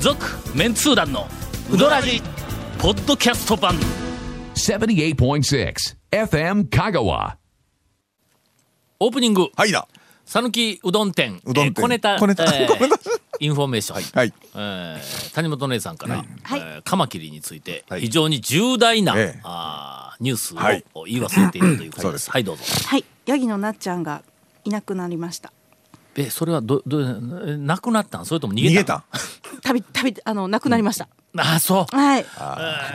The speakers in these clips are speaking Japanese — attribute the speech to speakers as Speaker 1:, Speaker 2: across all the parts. Speaker 1: 続メンツー団のウドラジポッドキャスト版
Speaker 2: 78.6 FM Kagawa.
Speaker 1: オープニング
Speaker 3: はいだ。
Speaker 1: 讃岐うどん店
Speaker 3: うど
Speaker 1: え
Speaker 3: ん店
Speaker 1: ー小ネタ
Speaker 3: 小ネタ
Speaker 1: え ー
Speaker 3: 小ネタ
Speaker 1: インフォメーション、
Speaker 3: はい
Speaker 1: えー谷本姉さんから、
Speaker 4: はい
Speaker 1: えーカマキリについて
Speaker 3: はい
Speaker 1: 非常に重大な、
Speaker 3: ええ
Speaker 1: あーニュースを、
Speaker 3: はい
Speaker 1: 言い忘れているという感じ
Speaker 3: そう
Speaker 1: で
Speaker 3: ですす
Speaker 1: はいどうぞ
Speaker 4: はい、ヤギのなっちゃんがいなくなりました。
Speaker 1: えそれはどどえなくなったんそれとも逃
Speaker 3: 逃
Speaker 1: げ
Speaker 3: げ
Speaker 1: たん
Speaker 3: た。
Speaker 4: 旅旅あのなくなりました。
Speaker 1: ああそう
Speaker 4: はい。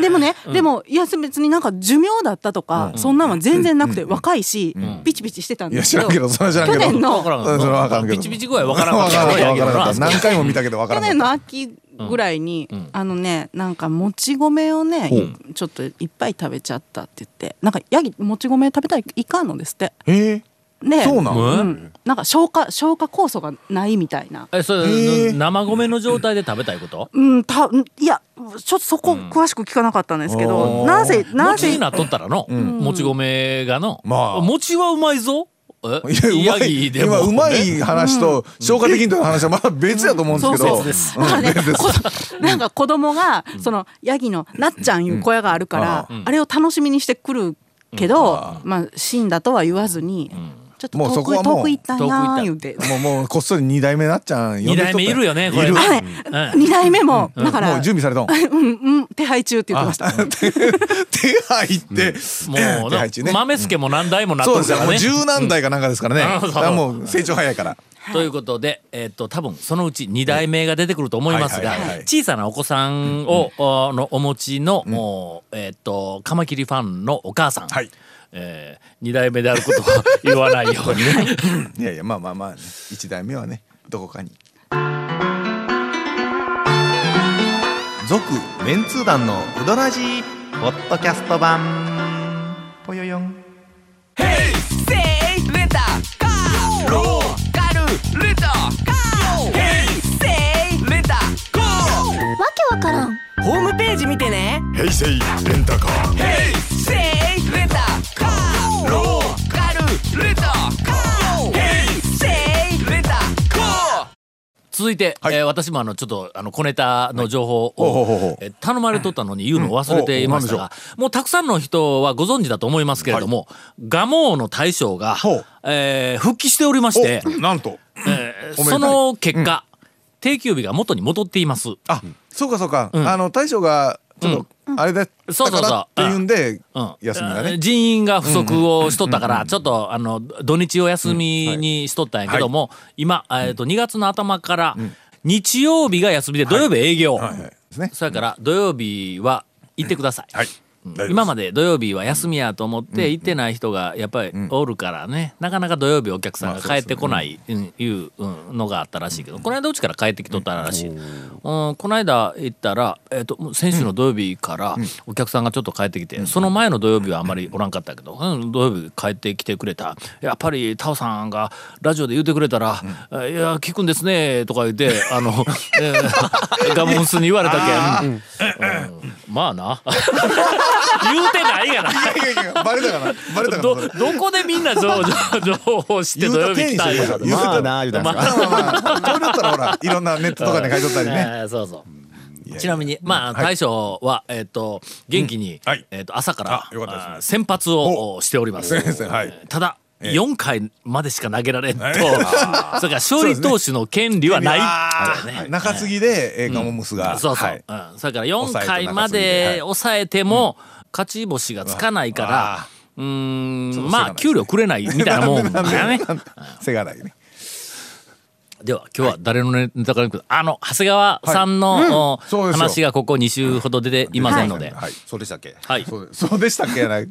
Speaker 4: でもね、でもいや別になんか寿命だったとか、そんなんは全然なくて、若いし、ピチピチしてたん
Speaker 3: い
Speaker 4: で
Speaker 3: や
Speaker 4: す
Speaker 3: 知
Speaker 4: け
Speaker 3: ら
Speaker 4: ど。
Speaker 3: んけど、それは知らんけ
Speaker 4: 去
Speaker 3: ど。
Speaker 4: 年の
Speaker 1: わからん
Speaker 3: うんそれはわからんけど。
Speaker 1: ピチピチ具合わからんかった
Speaker 3: わからんかった
Speaker 1: わからんかった
Speaker 3: わからんかった何回も見たけどわか
Speaker 4: 去
Speaker 3: らんかった。
Speaker 4: 年の秋ぐらいに、あのねなんかもち米をね、ちょっといっぱい食べちゃったって言ってなんかヤギもち米食べたらいかんのですって
Speaker 3: え
Speaker 4: ね
Speaker 3: そうなん
Speaker 1: え
Speaker 4: うんなんか消化消化酵素がないみたいな
Speaker 1: えそ
Speaker 3: へ
Speaker 1: れ
Speaker 3: え
Speaker 1: 生米の状態で食べたいこと
Speaker 4: うんたいやちょっとそこ詳しく聞かなかったんですけど、
Speaker 3: おー
Speaker 4: なぜな
Speaker 1: 餅
Speaker 4: ぜ
Speaker 1: になっとったらの、もち米がの、
Speaker 3: まあ
Speaker 1: 餅はうまいぞ
Speaker 3: ー
Speaker 1: え
Speaker 3: いや、うまい。
Speaker 1: ヤギでも
Speaker 3: 今、うま
Speaker 1: ね
Speaker 3: い話と、消化的にという話はまだ別やと思うんですけど。
Speaker 4: そうですだからね、こなんか子供が、そのヤギのなっちゃんいう小屋があるから、あれを楽しみにしてくるけど、まあ死んだとは言わずに、ちょっと
Speaker 3: もう
Speaker 4: 遠
Speaker 3: そこは
Speaker 4: く
Speaker 3: もう
Speaker 4: 遠く行ったんや
Speaker 1: 遠く行った
Speaker 4: ー言うて。
Speaker 3: もう、もう、こっそり二代目なっちゃん呼
Speaker 1: 二
Speaker 3: んできとった
Speaker 1: 代目いるよねこれ
Speaker 3: いる
Speaker 1: ね
Speaker 4: あれ、
Speaker 1: うん
Speaker 4: 二代目も、だから、
Speaker 3: もう準備されたん。
Speaker 4: うんうん手配中って言ってまし た。
Speaker 3: 手配って、
Speaker 1: もう
Speaker 3: 手
Speaker 1: な
Speaker 3: 配 置ね。
Speaker 1: 豆助も何代もなっ
Speaker 3: そ
Speaker 1: と
Speaker 3: うで
Speaker 1: る
Speaker 3: す
Speaker 1: か
Speaker 3: よ。
Speaker 1: ら
Speaker 3: もう
Speaker 1: ね。
Speaker 3: 十何代かなんかですからね。
Speaker 1: うん
Speaker 3: だからもう成長早いから。
Speaker 1: ということで、えっと多分そのうち2代目が出てくると思いますが
Speaker 3: はいはいはいはい
Speaker 1: 小さなお子さんをおのお持ちのもうえっとカマキリファンのお母さん
Speaker 3: はい
Speaker 1: えー2代目であることは言わないようにね。
Speaker 3: いやいや、まあまあまあね、一代目はね、どこかに。
Speaker 5: 続メンツー団のウドラジーポッドキャスト版ぽよよん
Speaker 1: 続いて、
Speaker 3: はい
Speaker 1: えー私もあのちょっとあの小ネタの情報
Speaker 3: はいほうほうほう
Speaker 1: を
Speaker 3: ほう
Speaker 1: えー頼まれとったのに言うのを忘れていました
Speaker 3: うんおう
Speaker 1: が、もうたくさんの人はご存知だと思いますけれども、蒲生の大将が
Speaker 3: ほう、
Speaker 1: えー復帰しておりまして、
Speaker 3: おなんと。
Speaker 1: えー
Speaker 3: おめでたい
Speaker 1: その結果、定休日が元に戻っています。
Speaker 3: あ、そうかそうか。あの大将がちょっとあれだった
Speaker 1: そうそうそう
Speaker 3: からっていうんで
Speaker 1: うん
Speaker 3: 休みがね。
Speaker 1: 人員が不足をしとったから、ちょっとあの土日を休みにしとったんやけども、今、えー、と2月の頭から日曜日が休みで土曜日営業、
Speaker 3: はいはいですね。
Speaker 1: それから土曜日は行ってください。
Speaker 3: はい。
Speaker 1: 今ま
Speaker 3: で
Speaker 1: で土曜日は休みやと思って行ってない人がやっぱりおるからね、なかなか土曜日お客さんが帰ってこないうんいううんのがあったらしいけど、この間うちから帰ってきとったらしい、うん、この間行ったら、えっともう先週の土曜日からお客さんがちょっと帰ってきて、その前の土曜日はあんまりおらんかったけど、うん土曜日帰ってきてくれたやっぱりタオさんがラジオで言ってくれたら「いや聞くんですね」とか言ってあの、えー ガモンスに言われたけん、うんまあな。 言うてないがな。
Speaker 3: いやいやいやバレたかなバレたかな。
Speaker 1: ど
Speaker 3: それ
Speaker 1: どこでみんな情情情報を知って土曜日来たんや
Speaker 3: 言うた手にしてるか
Speaker 5: ま
Speaker 3: ら
Speaker 5: あなあ言うたんですか、
Speaker 3: まあまあまあこれだったらほらいろんなネットとかで書いとったりね。
Speaker 1: えーそうそう。ちなみに、まあ、大将は、えっ、と、元気に、
Speaker 3: はい
Speaker 1: えっ、と、朝から、
Speaker 3: あよかったですね
Speaker 1: あー先発をしております。
Speaker 3: 先生はい
Speaker 1: ただ、
Speaker 3: ええ
Speaker 1: 4回までしか投げられんと、
Speaker 3: ええ
Speaker 1: それから勝利投手の権利はない
Speaker 3: あ
Speaker 1: というね
Speaker 3: ー中継ぎでえーガモムスが。
Speaker 1: そうそう、
Speaker 3: はい
Speaker 1: うん、それから4
Speaker 3: 抑
Speaker 1: 回
Speaker 3: えと中継ぎ
Speaker 1: ま
Speaker 3: は
Speaker 1: で
Speaker 3: い
Speaker 1: 抑えても勝ち星がつかないか
Speaker 3: うわ
Speaker 1: ら
Speaker 3: あ
Speaker 1: うー
Speaker 3: そ
Speaker 1: ん
Speaker 3: う
Speaker 1: まあ給料くれないみたいなも んだよね。
Speaker 3: せがないね。
Speaker 1: では今日は誰のネタからいくあの長谷川さんの、
Speaker 3: そう
Speaker 1: お
Speaker 3: ですよ
Speaker 1: 話がここ2週ほど出ていませんので、
Speaker 3: はい。
Speaker 5: そうでしたっけ
Speaker 1: はい
Speaker 3: そうでそうでしたっけやない。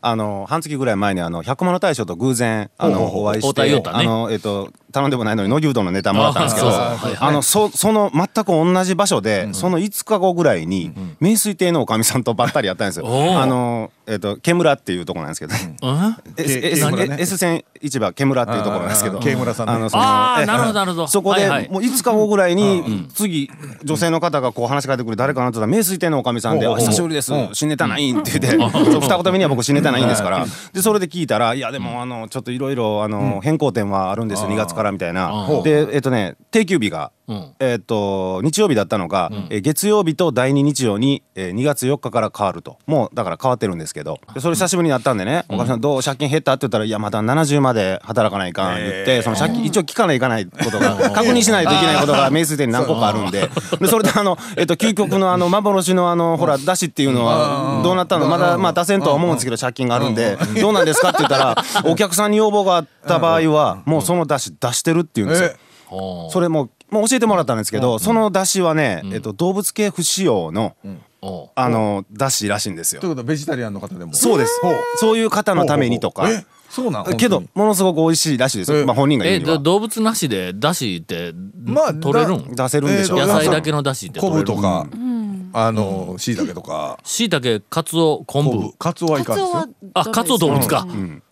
Speaker 5: あの半月ぐらい前にあの百万の大将と偶然あのお会い
Speaker 1: お
Speaker 5: し
Speaker 1: う太田
Speaker 5: て、
Speaker 1: 裕太ね
Speaker 5: あのえっと頼んでもないのに野牛丼のネタもらったんですけどあ
Speaker 1: あそうそうはいはい
Speaker 5: のそその全く同じ場所で、その5日後ぐらいに、名水亭のおかみさんとばったりやったんですよ、
Speaker 1: おう
Speaker 5: あの
Speaker 6: えっとケムラっていうところなんですけど、
Speaker 1: うん
Speaker 6: ええ S,
Speaker 3: ケムラね
Speaker 6: S 線市場ケムラっていうところなんですけ
Speaker 3: あ
Speaker 6: ど
Speaker 3: ーケムラさんね
Speaker 6: あのその
Speaker 1: あー
Speaker 6: え
Speaker 1: なるほどなるほど
Speaker 6: そこ
Speaker 1: は
Speaker 6: で
Speaker 1: いはい
Speaker 6: もう5日後ぐらいに次女性の方がこう話しかけてくる誰かなと思ったら名水亭のおかみさんで「
Speaker 3: ほう
Speaker 6: あ
Speaker 3: ほうほう
Speaker 6: 久しぶりです
Speaker 3: うん
Speaker 6: 新ネタないん」って言って そう二言目には僕新ネタないんですからでそれで聞いたら「いやでもあのちょっといろいろあの変更点はあるんですよ2月から」みたいな
Speaker 1: ほう
Speaker 6: でえっとね定休日が
Speaker 1: うん
Speaker 6: えっと日曜日だったのがえー月曜日と第2日曜にえー2月4日から変わるともうだから変わってるんですけどでそれ久しぶりにやったんでね「おかみさんどう借金減った?」って言ったら「いやまだ70まで働かないかん」言ってその借金一応聞かないかないことが確認しないといけないことが名水店に何個かあるんででそれであのえっと究極のあの幻のあのほらだしっていうのはどうなったのまだまあ出せんとは思うんですけど借金があるんでどうなんですかって言ったらお客さんに要望があった場合はもうそのだし出してるっていうんですよ
Speaker 3: え。
Speaker 1: ほ
Speaker 6: それももう教えてもらったんですけど、その出汁はね、えっと、動物系不使用の、
Speaker 1: うほ
Speaker 6: あの出汁らしいんですよ
Speaker 3: ということはベジタリアンの方でも
Speaker 6: そうです
Speaker 3: ほう
Speaker 6: そういう方のためにとか
Speaker 3: ほうほうほうえそうなん
Speaker 6: けど
Speaker 3: 本
Speaker 6: ものすごく美味しいらしいです
Speaker 3: え
Speaker 6: よ、まあ、本人
Speaker 1: う
Speaker 6: が言う
Speaker 1: え
Speaker 6: に
Speaker 1: ど
Speaker 6: は
Speaker 1: 動物なしでだしって
Speaker 3: まあ
Speaker 1: 取れるん
Speaker 6: 出せるんでしょう、
Speaker 3: えー
Speaker 1: 野
Speaker 3: と
Speaker 1: 菜だけのだしって
Speaker 3: 当に
Speaker 1: 取れる
Speaker 3: 昆布とかあのしいたけとか
Speaker 1: しいたけかつお昆
Speaker 3: 昆
Speaker 1: 布
Speaker 3: 布カツオはい
Speaker 4: カ
Speaker 3: かん
Speaker 4: ツ
Speaker 3: で
Speaker 4: オ
Speaker 3: す
Speaker 4: は
Speaker 3: よ
Speaker 1: あカツオ動物か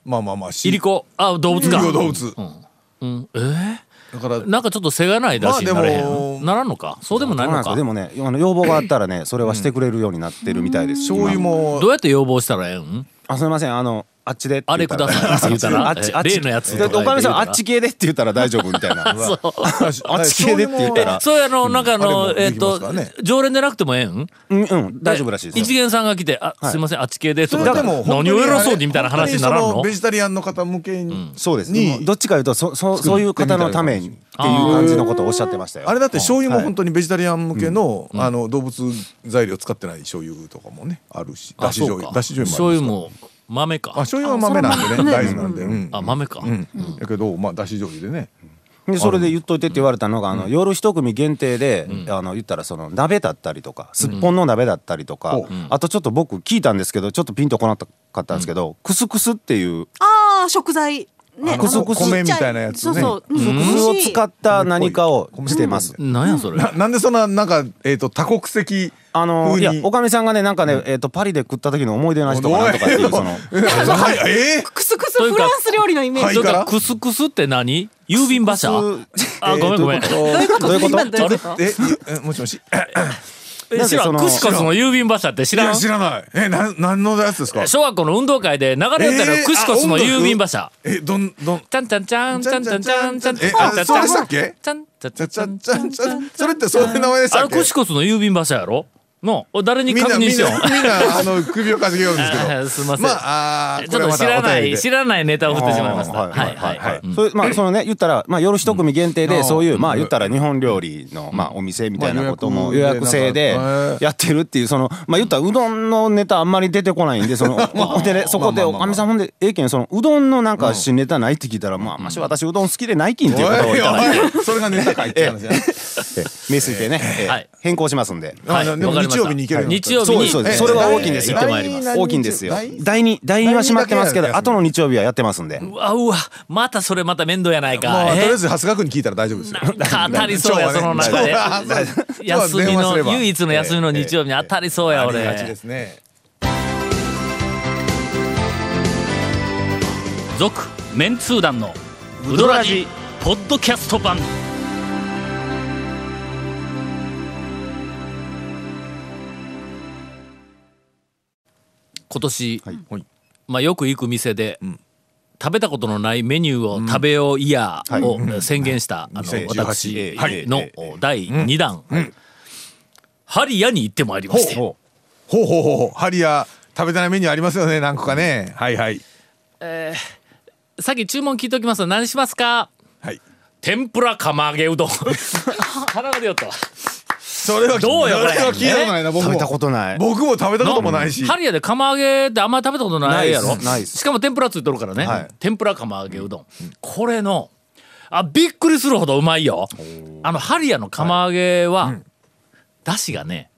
Speaker 3: まあまあまあし
Speaker 1: いりこあ動物か
Speaker 3: いりこ動物
Speaker 1: うんえー
Speaker 3: だから
Speaker 1: なんかちょっとせがないだしになれへん、
Speaker 3: まあでも
Speaker 1: ならんのかそうでもない
Speaker 6: そうな
Speaker 1: の
Speaker 6: んです
Speaker 1: か
Speaker 6: よでもねあの要望があったらねそれはしてくれるようになってるみたいです、
Speaker 3: 醤油
Speaker 6: 今
Speaker 3: も
Speaker 1: どうやって要望したらええん
Speaker 6: あすみませんあのあっちでって
Speaker 1: あれ
Speaker 6: 言
Speaker 1: く
Speaker 6: った
Speaker 1: だ
Speaker 6: ら
Speaker 1: さいって言ったら
Speaker 6: あっち
Speaker 1: え
Speaker 6: あっち
Speaker 1: 例のやつ
Speaker 6: で
Speaker 1: と
Speaker 6: お
Speaker 1: か
Speaker 6: かみさんあ
Speaker 1: 言う
Speaker 6: っち系でって言ったら大丈夫みた いなあっち系でって言った
Speaker 1: たら
Speaker 6: ら
Speaker 1: そうやのなんかあの、
Speaker 3: あれも
Speaker 1: え
Speaker 3: で
Speaker 1: っ
Speaker 3: きま
Speaker 1: と
Speaker 3: すからね
Speaker 1: 常連でなくてもええん
Speaker 6: うんうん大丈夫らしいですよ
Speaker 1: 一元さんが来て「あ、
Speaker 6: はい
Speaker 1: すいませんあっち系で」と
Speaker 3: そ
Speaker 1: か言
Speaker 3: れ
Speaker 1: っ
Speaker 3: で
Speaker 1: たら
Speaker 3: も本当に
Speaker 1: 何を偉そうにみたいな話にならん
Speaker 3: 本当
Speaker 1: の
Speaker 3: そベジタリアンの方向けに
Speaker 6: そうです
Speaker 3: に
Speaker 6: もうどっちかいうとそそそういう方のためにっていう感じのことをおっしゃってましたよ
Speaker 3: あれだって醤油も本当にベジタリアン向けのあの動物材料使ってない醤油とかもねあるしだ
Speaker 1: あ
Speaker 3: し
Speaker 1: そ
Speaker 3: 醤
Speaker 1: うか
Speaker 3: 油だし
Speaker 1: 醤
Speaker 3: 醤
Speaker 1: 油
Speaker 3: 油も
Speaker 1: も豆か
Speaker 3: あるんですかあ醤油は豆なんでね
Speaker 4: あ
Speaker 3: 大豆
Speaker 4: そう
Speaker 3: な
Speaker 4: なん
Speaker 3: んでうん
Speaker 1: あ豆か、
Speaker 3: うんだけどまあだし醤油でね
Speaker 6: でそれで言っといてって言われたのがあの夜一組限定であの言ったらその鍋だったりとかすっぽんの鍋だったりとか
Speaker 3: うん
Speaker 6: あとちょっと僕聞いたんですけどちょっとピンとこなかったんですけどクスクスっていう
Speaker 4: ああ食材
Speaker 3: あ
Speaker 4: ね
Speaker 3: の
Speaker 4: あの
Speaker 3: こ米みたいなやつね
Speaker 4: そうそう
Speaker 3: う
Speaker 4: うん
Speaker 6: クスを
Speaker 4: 美味しい
Speaker 6: 使った何かをしてます
Speaker 1: なんやそれ
Speaker 3: ななんでそんななんかえっと多国籍
Speaker 6: あの
Speaker 3: 風
Speaker 6: い
Speaker 3: に
Speaker 6: や おかみさんがねなんかねえっとパリで食った時の思い出の味とかなんとかっていうそ の
Speaker 3: はいえ
Speaker 4: クスクス
Speaker 1: という
Speaker 4: フ
Speaker 1: か
Speaker 4: ランス料理のイメー
Speaker 3: は
Speaker 4: ジ
Speaker 1: そ
Speaker 3: い
Speaker 1: れか
Speaker 3: からら
Speaker 1: クスクスって何郵便馬車あごめんごめん
Speaker 6: どういうこと
Speaker 4: どういうこと
Speaker 6: ど
Speaker 4: 今
Speaker 6: ういうこ
Speaker 4: どういうこと
Speaker 3: ーえ えもしもし
Speaker 1: え
Speaker 6: なん
Speaker 1: 知
Speaker 6: でそ
Speaker 1: らん
Speaker 6: の
Speaker 1: クシコスの郵便馬車って 知
Speaker 3: い
Speaker 1: ら
Speaker 3: や
Speaker 1: ん
Speaker 3: 知らないえなん何のやつですか
Speaker 1: 小学校の運動会で流れ寄った
Speaker 3: え
Speaker 1: の
Speaker 3: ー
Speaker 1: クシコスの
Speaker 3: あ音楽
Speaker 1: 郵便馬車
Speaker 3: えどんどん
Speaker 1: ちゃんちゃんちゃんちゃんちゃんちゃんちゃんちゃん
Speaker 3: え
Speaker 1: ちゃんちゃ
Speaker 3: あ
Speaker 1: ん
Speaker 3: そうでしたっけ
Speaker 1: ちゃんちゃんち
Speaker 3: ち
Speaker 1: ゃ
Speaker 3: ゃ
Speaker 1: んち
Speaker 3: ち
Speaker 1: ゃ
Speaker 3: ゃ
Speaker 1: ん
Speaker 3: ちゃちゃそれってそういう名前でし
Speaker 1: あれ
Speaker 3: たっ
Speaker 1: クシ
Speaker 3: け
Speaker 1: コスの郵便馬車やろのお誰に
Speaker 3: みん
Speaker 1: 確
Speaker 3: な
Speaker 1: 認
Speaker 3: み
Speaker 1: し
Speaker 3: ん
Speaker 1: よう
Speaker 3: なみんなあの首をかしげようんですけ
Speaker 1: あ
Speaker 3: ど
Speaker 1: すいません
Speaker 3: まああー
Speaker 1: ちょっと知らない知らないネタを振ってしまいました
Speaker 6: あー
Speaker 1: はいはいはい
Speaker 6: それまあそのね言ったらまあ夜一組限定
Speaker 3: う
Speaker 6: で
Speaker 3: ん
Speaker 6: そういうま
Speaker 3: う
Speaker 6: あ
Speaker 3: ん
Speaker 6: 言ったら日本料理のまあお店みたいなこと
Speaker 3: ま
Speaker 6: も
Speaker 3: あ
Speaker 6: 予
Speaker 3: 予
Speaker 6: 約
Speaker 3: 約
Speaker 6: 制で
Speaker 3: なんかへー
Speaker 6: やってるっていうそのまあ言ったらうどんのネタあんまり出てこないんでそのおでねそこで
Speaker 3: まあ
Speaker 6: お
Speaker 3: まあまあまあ
Speaker 6: かみさんほんでええけんそのうどんのなんか新ネタないって聞いたらまあまし私うどん好きでないきんっていうことを
Speaker 3: おい
Speaker 6: 言ったら
Speaker 3: おいそれがネタかいっ て話じゃない
Speaker 6: 名水でねえ
Speaker 1: はい
Speaker 6: え変更しますんで。
Speaker 1: は
Speaker 3: はいい、でも
Speaker 1: わかりま
Speaker 3: 日
Speaker 1: した
Speaker 3: 曜日に行けるようになった
Speaker 1: 日曜日
Speaker 6: そう
Speaker 1: に
Speaker 6: ですそうです
Speaker 3: え
Speaker 6: それは大きいんですよ
Speaker 1: 行ってまいります
Speaker 3: え
Speaker 6: 大きいんですよ
Speaker 3: 第二
Speaker 6: 第2第二は閉まってますけど
Speaker 3: 第二だけ
Speaker 6: 後の日曜日はやってますんで
Speaker 1: うわうわまたそれまた面倒やない
Speaker 3: ま
Speaker 1: か
Speaker 3: あ、とりあ
Speaker 1: え
Speaker 3: えず長谷川君に聞いたら大丈夫ですよ
Speaker 1: なんか当たりそうやその中で
Speaker 3: 今日はね今日 は
Speaker 1: 休み
Speaker 3: 電話すれ
Speaker 1: の
Speaker 3: ば
Speaker 1: 唯一の休みの日曜日に当たりそうや
Speaker 3: ありがち
Speaker 1: 俺
Speaker 3: ですね
Speaker 1: 続メンツー団のウドラジポッドキャスト版今年、まあ、よく行く店で、食べたことのないメニューを食べようイヤーを宣言した、あの
Speaker 3: 2018
Speaker 1: 私
Speaker 3: はい
Speaker 1: の第2弾、ハリヤに行ってまいりまして
Speaker 3: ほうほうほうほうほうハリア食べたいメニューありますよね何個かねはいはい
Speaker 1: さっき注文聞いておきます何しますか
Speaker 3: はい
Speaker 1: 天ぷら釜揚げうどん 鼻が出よったわ
Speaker 3: それは
Speaker 1: どうよこれ
Speaker 3: そは聞いたことないな僕
Speaker 6: 食
Speaker 3: も
Speaker 6: べたことない
Speaker 3: 僕も食べたこともないし
Speaker 1: ハリヤで釜揚げってあんまり食べたことないやろ
Speaker 6: ないですないです
Speaker 1: しかも天ぷらついとるからね、
Speaker 6: はい
Speaker 1: 天ぷら釜揚げうどん、これのあびっくりするほどうまいよあのハリヤの釜揚げは、だしがね、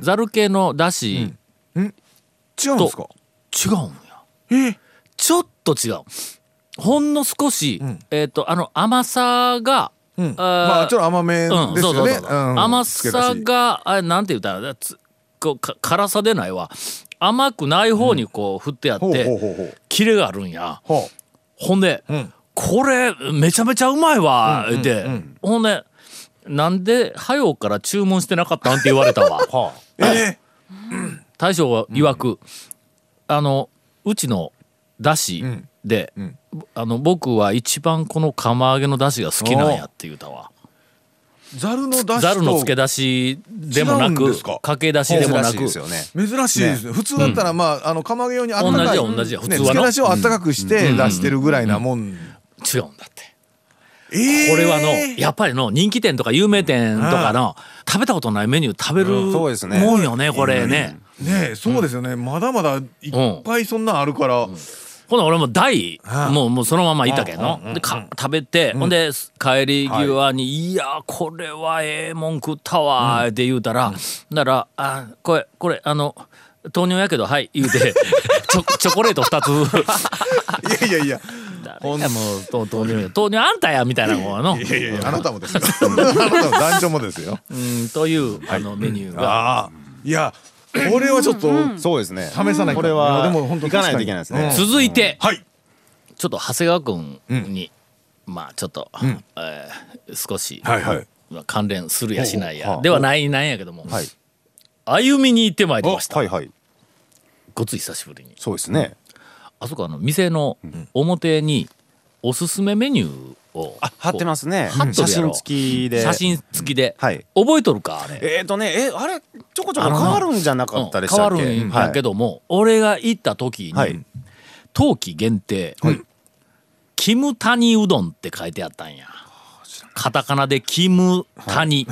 Speaker 1: ざる系のだし、
Speaker 3: 違うんですか
Speaker 1: 違うんやちょっと違うほんの少し、えっ、とあの甘さが、
Speaker 3: うん
Speaker 1: あー
Speaker 3: まあちょっと甘めですよ
Speaker 1: うん、
Speaker 3: ね
Speaker 1: そうそうそうそう、
Speaker 3: うん
Speaker 1: 甘
Speaker 3: つけだ
Speaker 1: さ
Speaker 3: し
Speaker 1: があれなんて言ったらつこうか辛さでないわ甘くない方にこう振ってやっ
Speaker 3: ほうほう
Speaker 1: て
Speaker 3: ほうほう
Speaker 1: キレがあるんや
Speaker 3: ほ
Speaker 1: ほんで、
Speaker 3: ん
Speaker 1: これめちゃめちゃうまいわ言って、ほんでなんで早うから注文してなかったんって言われた わ
Speaker 6: は
Speaker 3: うえ
Speaker 1: 大将は曰く、あのうちのだしで、あの僕は一番この釜揚げのだしが好きなんやって言うたわ
Speaker 3: ーざるの出し
Speaker 1: ざるのつけ
Speaker 3: だ
Speaker 1: 出しでもな
Speaker 3: 違うん
Speaker 1: く
Speaker 3: ですか
Speaker 1: かけ出しでもな
Speaker 6: 珍しい
Speaker 1: く
Speaker 6: ですよね
Speaker 3: 珍しいですね普通だったらまああの釜揚げ用にあったか
Speaker 1: 同じ
Speaker 3: い
Speaker 1: や同じや普
Speaker 3: ね
Speaker 1: 通は
Speaker 3: つ
Speaker 1: な
Speaker 3: け出しをあったかくして出してるぐらいなもん
Speaker 1: 違うんだって。
Speaker 3: えー
Speaker 1: これはの、やっぱりの人気店とか有名店とかの、食べたことないメニュー食べる
Speaker 6: うんそうですね
Speaker 1: もんよね、これね。
Speaker 3: ねえそうですよねまだまだいっぱいそんなんあるから
Speaker 1: ほな俺も大、
Speaker 3: ああ
Speaker 1: もうもうそのままいたけど、でか食べて、ほんで帰り際に「い、やこれはええもん食ったわ」って言うたら、なら「あこれこれあの糖尿やけどはい」言うてチョチョコレート2つ。
Speaker 3: いやい や
Speaker 1: い
Speaker 3: いや
Speaker 1: やもうと糖尿や糖尿あんたやみたいなもんの。
Speaker 3: いやいやいやあなたもですよあなたも団長もですよ
Speaker 1: うんと いうあのメニューが。
Speaker 3: ああいやこれはちょっと
Speaker 6: そうですね
Speaker 3: 試さないと
Speaker 6: これ
Speaker 3: いや
Speaker 6: は
Speaker 3: でも本当
Speaker 6: 行かないといけないですね
Speaker 3: 確かに
Speaker 1: 続いて、
Speaker 3: はい
Speaker 1: ちょっと長谷川君に、まあちょっと、えー少し、
Speaker 3: はいはい
Speaker 1: まあ関連するやしない
Speaker 6: ほう
Speaker 1: や
Speaker 6: ほう
Speaker 1: ではないなんやけども、
Speaker 6: はい
Speaker 1: 歩みに行ってまいりました、
Speaker 6: はいはい
Speaker 1: ごつい久しぶりに
Speaker 6: そうですね
Speaker 1: あそこあの店の表におすすめメニューを
Speaker 6: あ貼ってますすね
Speaker 1: 貼っと
Speaker 6: 写
Speaker 1: るやろ
Speaker 6: 真付きで
Speaker 1: 写真付きで、
Speaker 6: はい
Speaker 1: 覚えとるかあれ
Speaker 6: えっとねえあれちょこちょ
Speaker 1: あ
Speaker 6: こ
Speaker 1: の
Speaker 6: 変
Speaker 1: な
Speaker 6: わるんじゃなかったでし
Speaker 1: 変
Speaker 6: た
Speaker 1: わ
Speaker 6: っけ
Speaker 1: るんやけども、俺が行った時に、
Speaker 6: はい
Speaker 1: 冬季限定、キムタニうどんって書いてあったんやカタカナでキムタニ、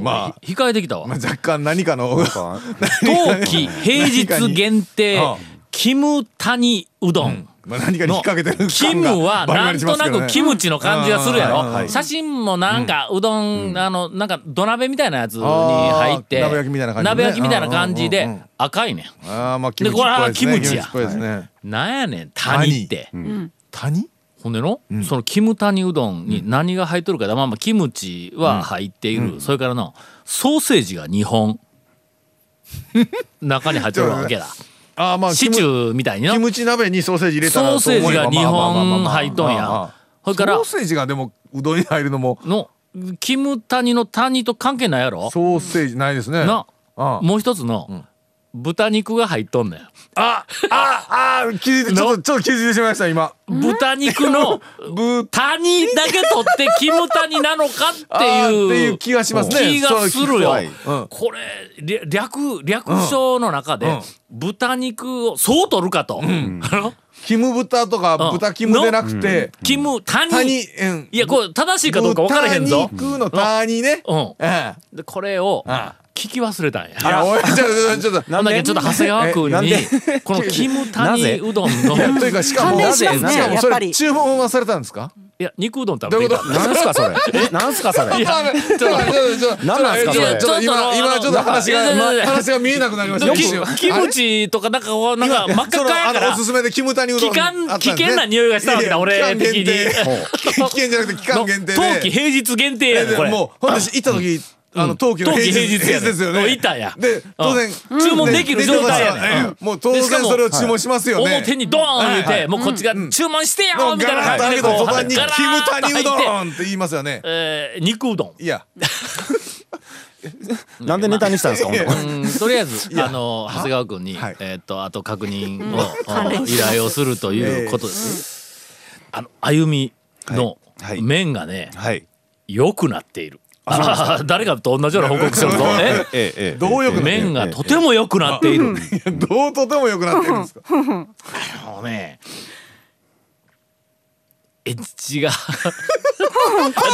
Speaker 3: ま
Speaker 1: ひ控えてきたわ
Speaker 3: あ若干何かの
Speaker 6: はいなん
Speaker 1: 冬
Speaker 6: か
Speaker 1: 季平日限定
Speaker 3: ああ
Speaker 1: キムタニうどん、
Speaker 3: まあ何かに引っ掛けてる
Speaker 1: キ
Speaker 3: 感が
Speaker 1: ムは
Speaker 3: バリバ
Speaker 1: な
Speaker 3: リ
Speaker 1: ん
Speaker 3: しま
Speaker 1: と
Speaker 3: すけ
Speaker 1: な
Speaker 3: どね
Speaker 1: くキムチの感じがするや
Speaker 3: うんは
Speaker 1: ろ
Speaker 3: い
Speaker 1: 写真もなんかうどん、あのなんか土鍋みたいなやつに
Speaker 3: あー
Speaker 1: 入って
Speaker 3: 鍋焼きみたいな感じね
Speaker 1: 鍋焼きみたいな感じ
Speaker 3: うんうんう
Speaker 1: で
Speaker 3: ん
Speaker 1: 赤いねん
Speaker 3: ああまあキ
Speaker 1: で
Speaker 3: ムチっぽいです
Speaker 1: こ
Speaker 3: ね
Speaker 1: れはキムチや
Speaker 3: っぽいですね
Speaker 1: なんやねん谷って、
Speaker 3: 谷
Speaker 1: ほんでの、そのキムタニうどんに何が入っとるかだまあまあキムチは入っている、それからのソーセージが2本中に入っとるわ けだ
Speaker 3: ああまあ
Speaker 1: シチューみたいにな
Speaker 3: キムチ鍋にソーセージ入れた
Speaker 1: ソ
Speaker 3: ら
Speaker 1: ーセージが2本入っとんやそれから
Speaker 3: ソーセージがでもうどんに入るのも
Speaker 1: のキムタニのタニと関係ないやろ
Speaker 3: ソーセージないですね
Speaker 1: な
Speaker 3: ああ
Speaker 1: もう一つの豚肉が入っとんねん
Speaker 3: あああ気づいてちょっとちょっと気づいてしまいました今
Speaker 1: 豚肉 のタニだけ取ってキムタニなのかって
Speaker 3: あ
Speaker 1: い
Speaker 3: ー
Speaker 1: う
Speaker 3: っていう気がしますね
Speaker 1: 気がするよ
Speaker 6: そう聞く
Speaker 3: わうん
Speaker 1: これり略略称の中で、
Speaker 3: うん
Speaker 1: 豚肉をそう取るかと、あの
Speaker 3: キム豚とか
Speaker 1: うん
Speaker 3: 豚キムでなくて
Speaker 1: キムタニ
Speaker 3: タニうん
Speaker 1: いやこれ正しいかどうか分からへんぞ
Speaker 3: 豚、肉のタニね
Speaker 1: うん、
Speaker 3: え
Speaker 1: でこれを
Speaker 3: あ
Speaker 1: 聞き忘れたんや。
Speaker 3: えいやおいちょっとちょっとちょっと
Speaker 1: なんだっけちょっと長谷川君
Speaker 6: なん
Speaker 1: に
Speaker 6: で
Speaker 1: こ のキムタニうどんの
Speaker 3: いやというかしかも
Speaker 4: 関連しますね
Speaker 3: なぜしかも
Speaker 4: やっ
Speaker 3: そ
Speaker 4: ぱ
Speaker 3: れ
Speaker 4: り
Speaker 3: 注文はされたんですか
Speaker 1: いや肉うどん食
Speaker 3: どうい
Speaker 1: べ
Speaker 3: う
Speaker 1: て
Speaker 3: こ
Speaker 1: き
Speaker 3: と
Speaker 1: た
Speaker 6: なんすかそれえなんすかそれ
Speaker 3: ちょっとちょっとちょっと
Speaker 6: 何なんすか
Speaker 3: ちょっと
Speaker 6: それ
Speaker 3: ちょっと今
Speaker 1: ちょっとあ
Speaker 3: 今
Speaker 1: の
Speaker 3: ちょっと話
Speaker 1: いやいやいや
Speaker 3: が
Speaker 1: いや
Speaker 3: 話が見えなくなりました
Speaker 1: で
Speaker 3: よ
Speaker 1: キム
Speaker 3: 一瞬
Speaker 1: キ
Speaker 3: あ
Speaker 1: ム
Speaker 3: れ
Speaker 1: チとかなんかこうなんか真っ赤っかやか
Speaker 3: あの
Speaker 1: ら
Speaker 3: おすすめでキムタニうどん
Speaker 1: 期間
Speaker 3: あったんですね
Speaker 1: 危険な匂いがしたわけだ
Speaker 3: いやいや
Speaker 1: 俺的に
Speaker 3: 期間限定危険じゃなくて期間
Speaker 1: の
Speaker 3: 限定で
Speaker 1: 冬季平日限定やねんこれ。
Speaker 3: もうほんと行った時あの冬季の
Speaker 1: 冬季
Speaker 3: 平日
Speaker 1: 平日やね
Speaker 3: ですよ
Speaker 1: もう
Speaker 3: ね
Speaker 1: いたんや
Speaker 3: で当然
Speaker 1: うん注文できる状態やね
Speaker 3: 出てますよもう当然
Speaker 1: でしかも
Speaker 3: それを注文しますよね
Speaker 1: 表にドーン言うて、もうこっちが注文してよみたいな感じで
Speaker 3: ガ
Speaker 1: こう
Speaker 3: ラッと
Speaker 1: ガ
Speaker 3: 開
Speaker 1: ラ
Speaker 3: けた途端にキムタニう
Speaker 1: ッと入って
Speaker 3: どんって言いますよね
Speaker 1: えー肉うどん。
Speaker 3: いや
Speaker 6: なんでネタにしたんですかほんとこれ
Speaker 1: うんとりあえ ず、あの、長谷川君に、
Speaker 3: はい
Speaker 1: えーっと、あと確認を、うん依頼をするということです。あの、歩みの
Speaker 6: はいはい
Speaker 1: 麺がね、
Speaker 6: はい
Speaker 1: 良くなっている。あ 誰かと同じような報告 書るぞ。え
Speaker 6: ええええ
Speaker 3: どうよくなって
Speaker 1: 麺がとても良くなっている。
Speaker 3: どうとてもよくなってるんですか
Speaker 1: あのね、エッジが。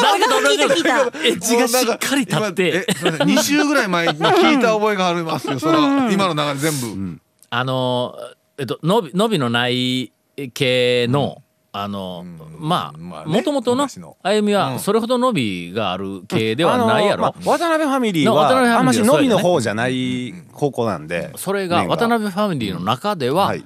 Speaker 1: 誰かと同じようなエッジがしっかり立って。
Speaker 3: 2週ぐらい前に聞いた覚えがありますよその今の流れ全部
Speaker 1: あのえっと伸び伸びのない系の、あの、まあ
Speaker 3: まあね
Speaker 1: もともとの
Speaker 3: 昔の
Speaker 1: 歩み
Speaker 3: う
Speaker 1: は
Speaker 3: ん
Speaker 1: それほど伸びがある系ではないやろ、
Speaker 6: あのまあ渡辺ファミリー
Speaker 1: な渡辺フ
Speaker 6: は
Speaker 1: ァ
Speaker 6: あ
Speaker 1: ミ
Speaker 6: んま
Speaker 1: リーは
Speaker 6: し
Speaker 1: そう
Speaker 6: の
Speaker 1: やね
Speaker 6: みの方じゃない高校なんで
Speaker 1: それが
Speaker 6: 麺
Speaker 1: 渡辺ファミリーの中では、
Speaker 6: はい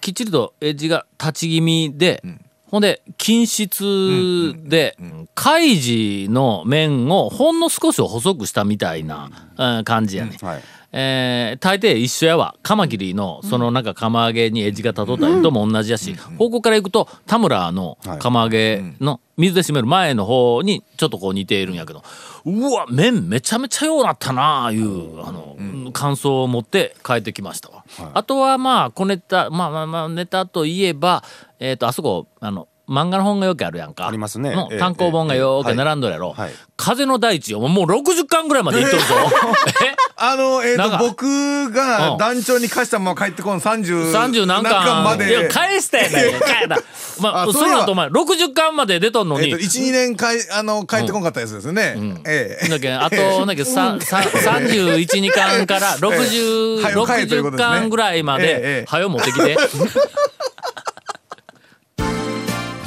Speaker 1: きっちりとエッジが立ち気味で、ほんで均質で、開示の面をほんの少し細くしたみたいな、うん感じやね、
Speaker 6: はい
Speaker 1: えー大抵一緒やわカマキリのそのなんか釜揚げにエッジがたどったりとも同じやし、方向から行くと田村の釜揚げの水で締める前の方にちょっとこう似ているんやけどうわ麺めちゃめちゃようなったなあいうあの、感想を持って帰ってきましたわ、あとはまあ小ネタまあまあまあネタといえばえっ、とあそこあの漫画の本がよくあるやんか
Speaker 6: ありますね
Speaker 1: の
Speaker 6: ええ
Speaker 1: 単行本がよく並んどるやろ、
Speaker 6: はい
Speaker 1: 風の大地をもう60巻ぐらいまでいっ とるぞ、え
Speaker 3: あの、えっ、
Speaker 1: なんか
Speaker 3: と、僕
Speaker 1: うん
Speaker 3: が団長に貸したまま帰ってこん30
Speaker 1: 30何巻
Speaker 3: まで。
Speaker 1: いや返したやないかやな、まあ、
Speaker 3: あ
Speaker 1: そ
Speaker 3: それは
Speaker 1: の後お前60巻まで出とんの
Speaker 3: えっ
Speaker 1: に、
Speaker 3: と、1、2年かいあの帰ってこんかったやつですよね。ええ
Speaker 1: だけんあと、だけんささ312巻 から6060
Speaker 3: ええ早く帰るということですね
Speaker 1: 巻ぐらいま
Speaker 3: えええ
Speaker 1: で
Speaker 3: え
Speaker 1: 早う持ってき て「